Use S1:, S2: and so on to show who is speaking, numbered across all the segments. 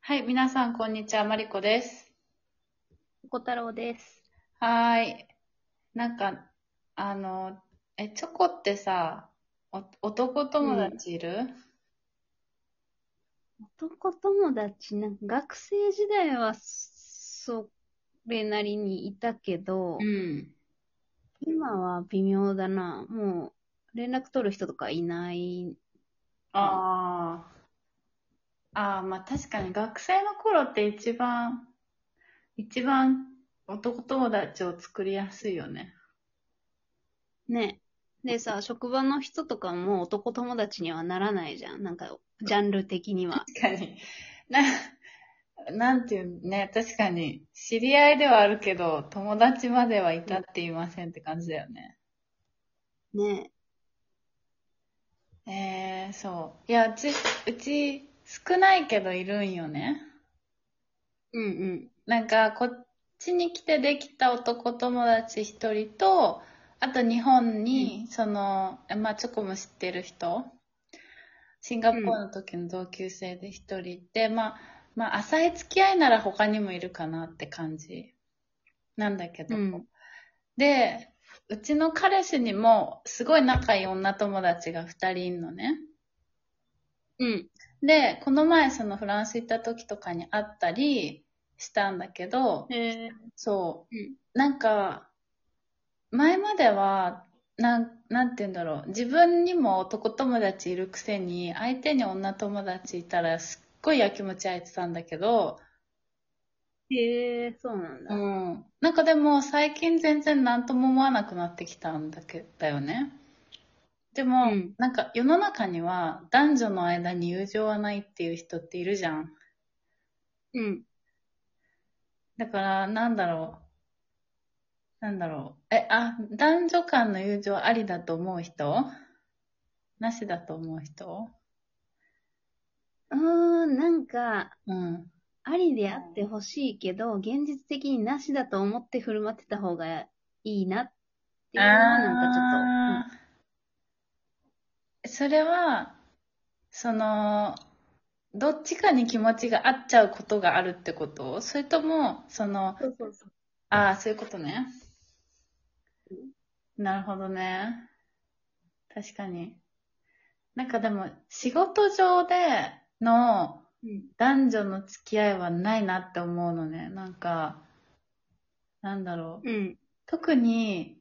S1: はい、皆さん、こんにちは。マリコです。
S2: 小太郎です。
S1: はーい。なんか、あの、え、チョコってさ、お男友達いる、
S2: 男友達、なんか学生時代はそれなりにいたけど、
S1: ん。
S2: 今は微妙だな。もう連絡取る人とかいない。
S1: ああ。ああ、まあ確かに学生の頃って一番、一番男友達を作りやすいよね。
S2: ね。でさ、職場の人とかも男友達にはならないじゃん。なんか、ジャンル的には。
S1: 確かに。 な、なんていうね、確かに、知り合いではあるけど、友達までは至っていませんって感じだよね。
S2: ね。
S1: えー、そう。いや、うち、うち、少ないけどいるんよね。
S2: うんうん。
S1: なんか、こっちに来てできた男友達一人と、あと日本に、その、えまあ、チョコも知ってる人、シンガポールの時の同級生で一人いて、まあ、まあ、浅い付き合いなら他にもいるかなって感じなんだけど。
S2: うん
S1: で、うちの彼氏にも、すごい仲いい女友達が二人いるのね。
S2: うん。
S1: で、この前そのフランス行った時とかに会ったりしたんだけど、
S2: え
S1: そう、
S2: うん
S1: なんか、前までは、なん、なんて言うんだろう、自分にも男友達いるくせに、相手に女友達いたらすっごいやきもち焼いてたんだけど、
S2: ー、えー、そうなん
S1: う
S2: だ。
S1: ん。なんかでも最近全然何とも思わなくなってきたんだけだよね。でも、
S2: うん
S1: なんか世の中には男女の間に友情はないっていう人っているじゃん。
S2: うん。
S1: だから、なんだろう。なんだろう。え、あ、男女間の友情ありだと思う人なしだと思う人
S2: うーん、なんか、
S1: うん。
S2: ありであってほしいけど、現実的になしだと思って振る舞ってた方がいいなっていうのは、なんかちょっ
S1: あーそれは、その、どっちかに気持ちが合っちゃうことがあるってことそれとも、その、
S2: と、うん、そうそうそう。
S1: ああ、そういうことね。なるほどね。確かに。なんかでも、仕事上での、
S2: うん、
S1: 男女の付き合いはないなって思うのね。なんか、なんだろう。
S2: うん、
S1: 特に、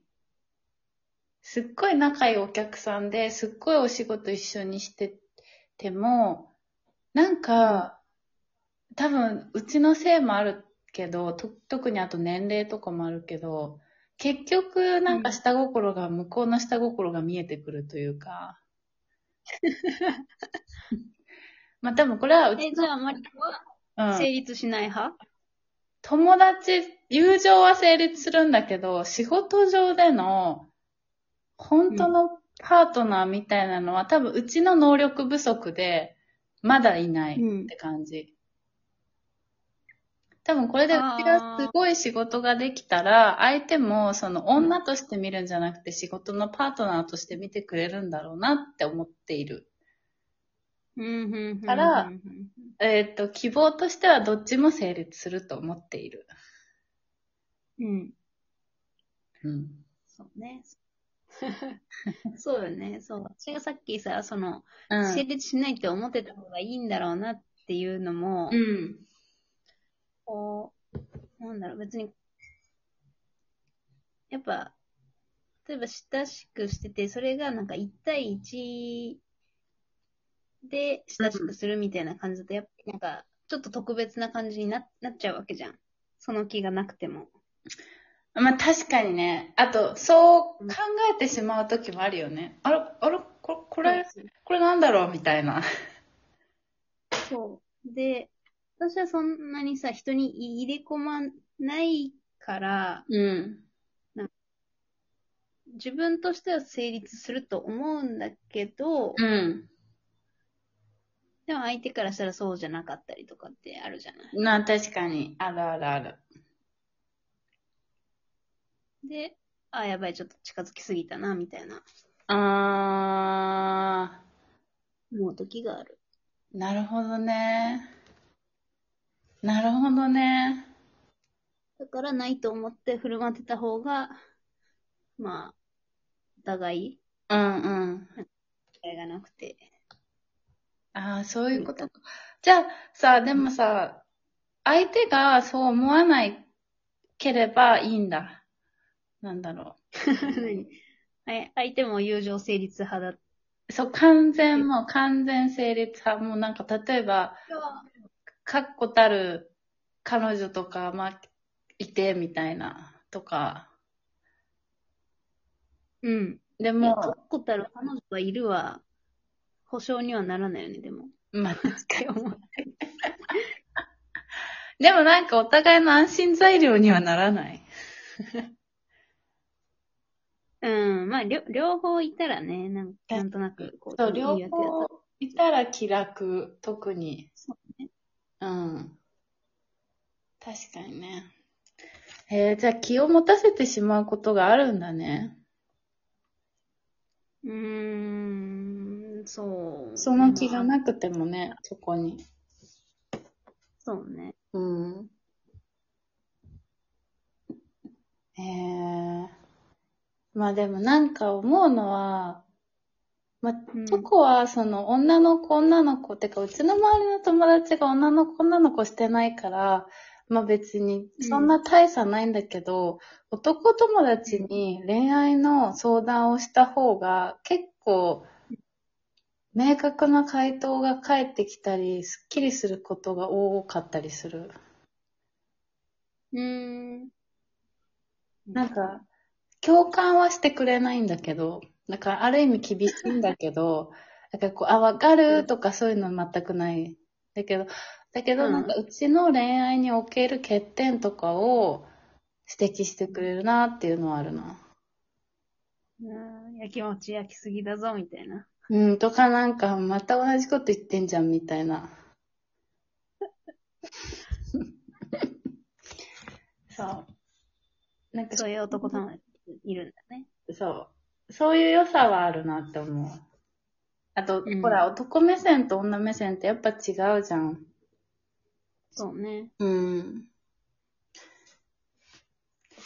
S1: すっごい仲いいお客さんですっごいお仕事一緒にしてても、なんか、多分、うちのせいもあるけど、と特にあと年齢とかもあるけど、結局、なんか下心が、向こうの下心が見えてくるというか。 まあ多分これはうち
S2: え、じゃあ、マリコは
S1: うん
S2: 成立しない派、
S1: 友達、友情は成立するんだけど、仕事上での、本当のパートナーみたいなのは、多分うちの能力不足で、まだいない
S2: うん
S1: って感じ。多分これでうちがすごい仕事ができたら、相手もその女として見るんじゃなくて仕事のパートナーとして見てくれるんだろうなって思っている。
S2: うん、うん、うん。うん
S1: から、えーっと、希望としてはどっちも成立すると思っている。
S2: うん、
S1: うん。
S2: そう ね。そうよね、そう。私がさっきさ、その、
S1: うん
S2: 成立しないって思ってた方がいいんだろうなっていうのも、
S1: うん。
S2: こう、なんだろう、別に、やっぱ、例えば親しくしてて、それがなんか1対1で親しくするみたいな感じだと、やっぱりなんか、ちょっと特別な感じにななっちゃうわけじゃん。その気がなくても。
S1: まあ確かにね。あと、そう考えてしまう時もあるよね。あれ、あれ、これ、これ、これなんだろうみたいな。
S2: そう。で、私はそんなにさ、人に入れ込まないから、
S1: うん。
S2: 自分としては成立すると思うんだけど、
S1: うん。
S2: でも相手からしたらそうじゃなかったりとかってあるじゃない。
S1: なあ、確かに。あるあるある。
S2: で、あ、やばい、ちょっと近づきすぎたな、みたいな
S1: あ
S2: 思う時がある。
S1: ー、なるほどね。なるほどね。
S2: だからないと思って振る舞ってた方が、まあ、お互い、
S1: うんうん。
S2: 違いがなくて。
S1: ああ、そういうことか。じゃあさ、でもさ、相手がそう思わないければいいんだ。なんだろ
S2: 何はい、相手も友情成立派だっ
S1: う。そう、完全もう完全成立派。もうなんか例えば、
S2: た。
S1: かっこたる彼女とか、まあ、いてみたいな、とか。
S2: うん。
S1: で
S2: もう、
S1: も、
S2: 確固たる彼女はいるは、保証にはならないよね、でも。
S1: まあ、
S2: って思う
S1: でもなんかお互いの安心材料にはならない。
S2: うん、まあ、りょ両方いたらね、なん
S1: え
S2: なんとなく、こ
S1: そう、
S2: いい
S1: 両
S2: やつや
S1: 方いたら気楽、特に。
S2: そう
S1: ね。うん。確かにね。えー、じゃあ気を持たせてしまうことがあるんだね。
S2: うーん、そう。
S1: その気が
S2: まあ
S1: なくてもね、そこに。
S2: そうね。
S1: うん。えー、まあでもなんか思うのは、まあ、
S2: うん
S1: とこは、その、女の子、女の子ってか、うちの周りの友達が女の子、女の子してないから、まあ別に、そんな大差ないんだけど、男友達に恋愛の相談をした方が、結構、明確な回答が返ってきたり、すっきりすることが多かったりする。
S2: うーん。
S1: なんか、共感はしてくれないんだけど、だからある意味厳しいんだけど、 だからこう、あ、わかるとかそういうの全くない。だけど、だけど
S2: うん
S1: なんかうちの恋愛における欠点とかを指摘してくれるなっていうのはあるな。
S2: うん、焼きもち焼きすぎだぞ、みたいな。
S1: うん、とかなんかまた同じこと言ってんじゃんみたいな。 そう。なんか
S2: そういう男友達いるんだね。
S1: そう。そういう良さはあるなって思う。あと、
S2: うん
S1: ほら、男目線と女目線ってやっぱ違うじゃん。
S2: そうね。
S1: うん。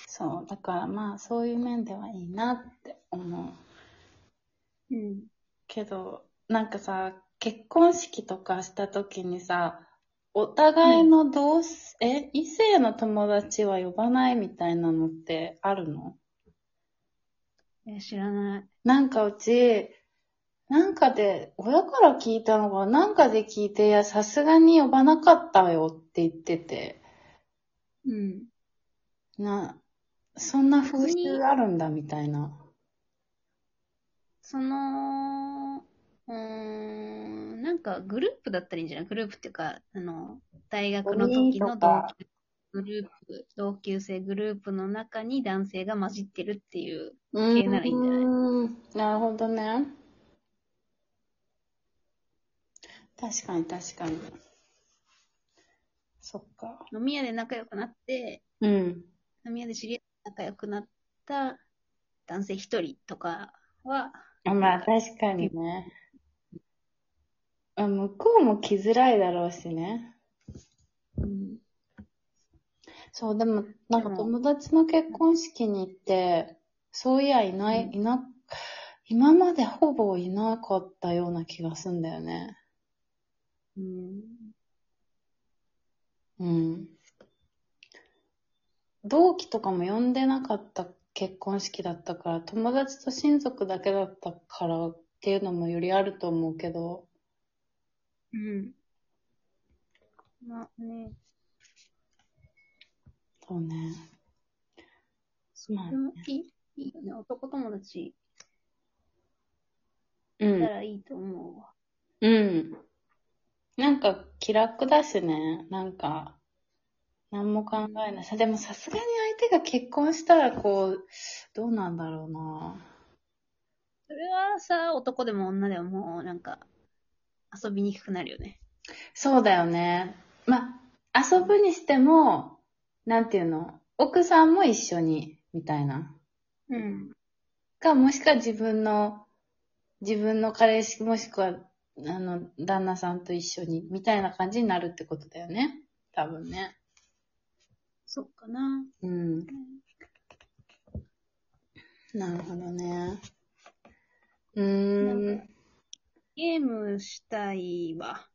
S1: そう。だからまあ、そういう面ではいいなって思う。
S2: うん。
S1: けど、なんかさ、結婚式とかした時にさ、お互いの同性、え、異性の友達は呼ばないみたいなのってあるの
S2: え知らない。
S1: なんかうち、なんかで、親から聞いたのが、なんかで聞いて、いや、さすがに呼ばなかったよって言ってて、
S2: うん。
S1: な、そんな風習あるんだみたいな。
S2: その、うーん、なんかグループだったらいいんじゃないグループっていうか、あの、大学の時の同級グループ、同級生グループの中に男性が混じってるっていう。
S1: う
S2: 系ならいいんじゃない
S1: ん、なるほどね。確かに確かに。そっか。
S2: 飲み屋で仲良くなって、
S1: うん。
S2: 飲み屋で知り合って仲良くなった男性一人とかは、
S1: あまあ確かにね。あ向こうも来づらいだろうしね。
S2: うん、
S1: そう、でも、なんか
S2: でも
S1: 友達の結婚式に行って、そういやいない、いな、今までほぼいなかったような気がすんだよね。
S2: うん、
S1: うん。同期とかも呼んでなかった結婚式だったから、友達と親族だけだったからっていうのもよりあると思うけど、
S2: うん。まあね、
S1: そうね。まあ
S2: でもいい、いいよね。男友達
S1: う
S2: い
S1: ん
S2: た。らいいと思うわ。
S1: うん。なんか気楽だしね。なんか、何も考えない。さでもさすがに相手が結婚したらこう、どうなんだろうな。
S2: それはさ、男でも女でももうなんか、遊びにくくなるよね。
S1: そうだよね。ま、遊ぶにしても、なんていうの、奥さんも一緒に、みたいな。
S2: うん。
S1: か、もしくは自分の、自分の彼氏、もしくは、あの、旦那さんと一緒に、みたいな感じになるってことだよね。多分ね。
S2: そっかな。
S1: うん。なるほどね。うー
S2: なんん。ゲームしたいわ。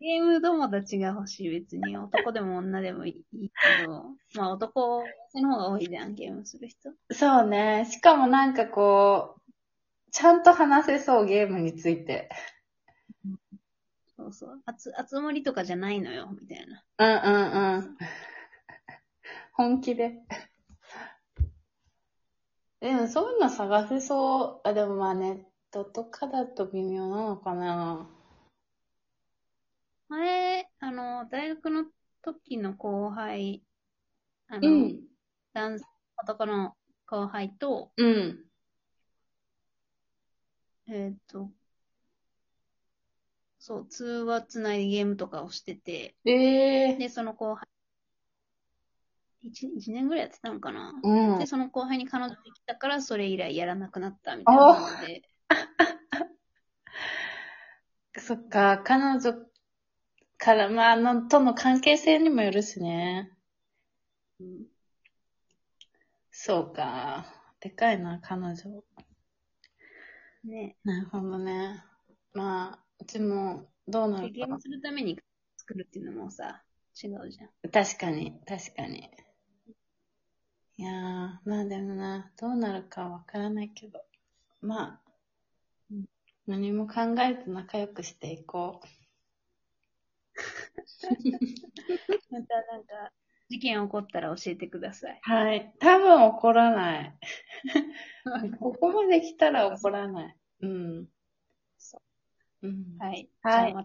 S2: ゲーム友達が欲しい、別に。男でも女でもいいけど。まあ男、その方が多いじゃん、ゲームする人。
S1: そうね。しかもなんかこう、ちゃんと話せそう、ゲームについて。
S2: そうそう。あつ、あつ森とかじゃないのよ、みたいな。
S1: うんうんうん。本気で。でもそういうの探せそう。あ、でもまあネットとかだと微妙なのかな。
S2: 前、あの、大学の時の後輩、あの、。男男の後輩と、
S1: うん。
S2: えーっと、そう、通話つないでゲームとかをしてて、
S1: ええ
S2: で、その後輩、一一年ぐらいやってたのかな。
S1: うん
S2: で、。その後輩に彼女できたから、それ以来やらなくなったみたいな感じで。
S1: そっか、彼女から、まあ、あの、との関係性にもよるしね。
S2: うん
S1: そうか。でかいな、彼女。
S2: ね、
S1: なるほどね。まあ、うちも、どうな
S2: で
S1: る
S2: ゲー
S1: か
S2: ム。するために作るっていうのもさ、違うじゃん。
S1: 確かに、確かに。いやー、まあでもな、どうなるかわからないけど。まあ
S2: うん、
S1: 何も考えず仲良くしていこ
S2: またなんか、事件起こったら教えてくだ さい。
S1: う。はい。多分怒らない。ここまで来たら怒らない。うん。。
S2: そう
S1: うん。
S2: はい。
S1: はい
S2: じゃあまた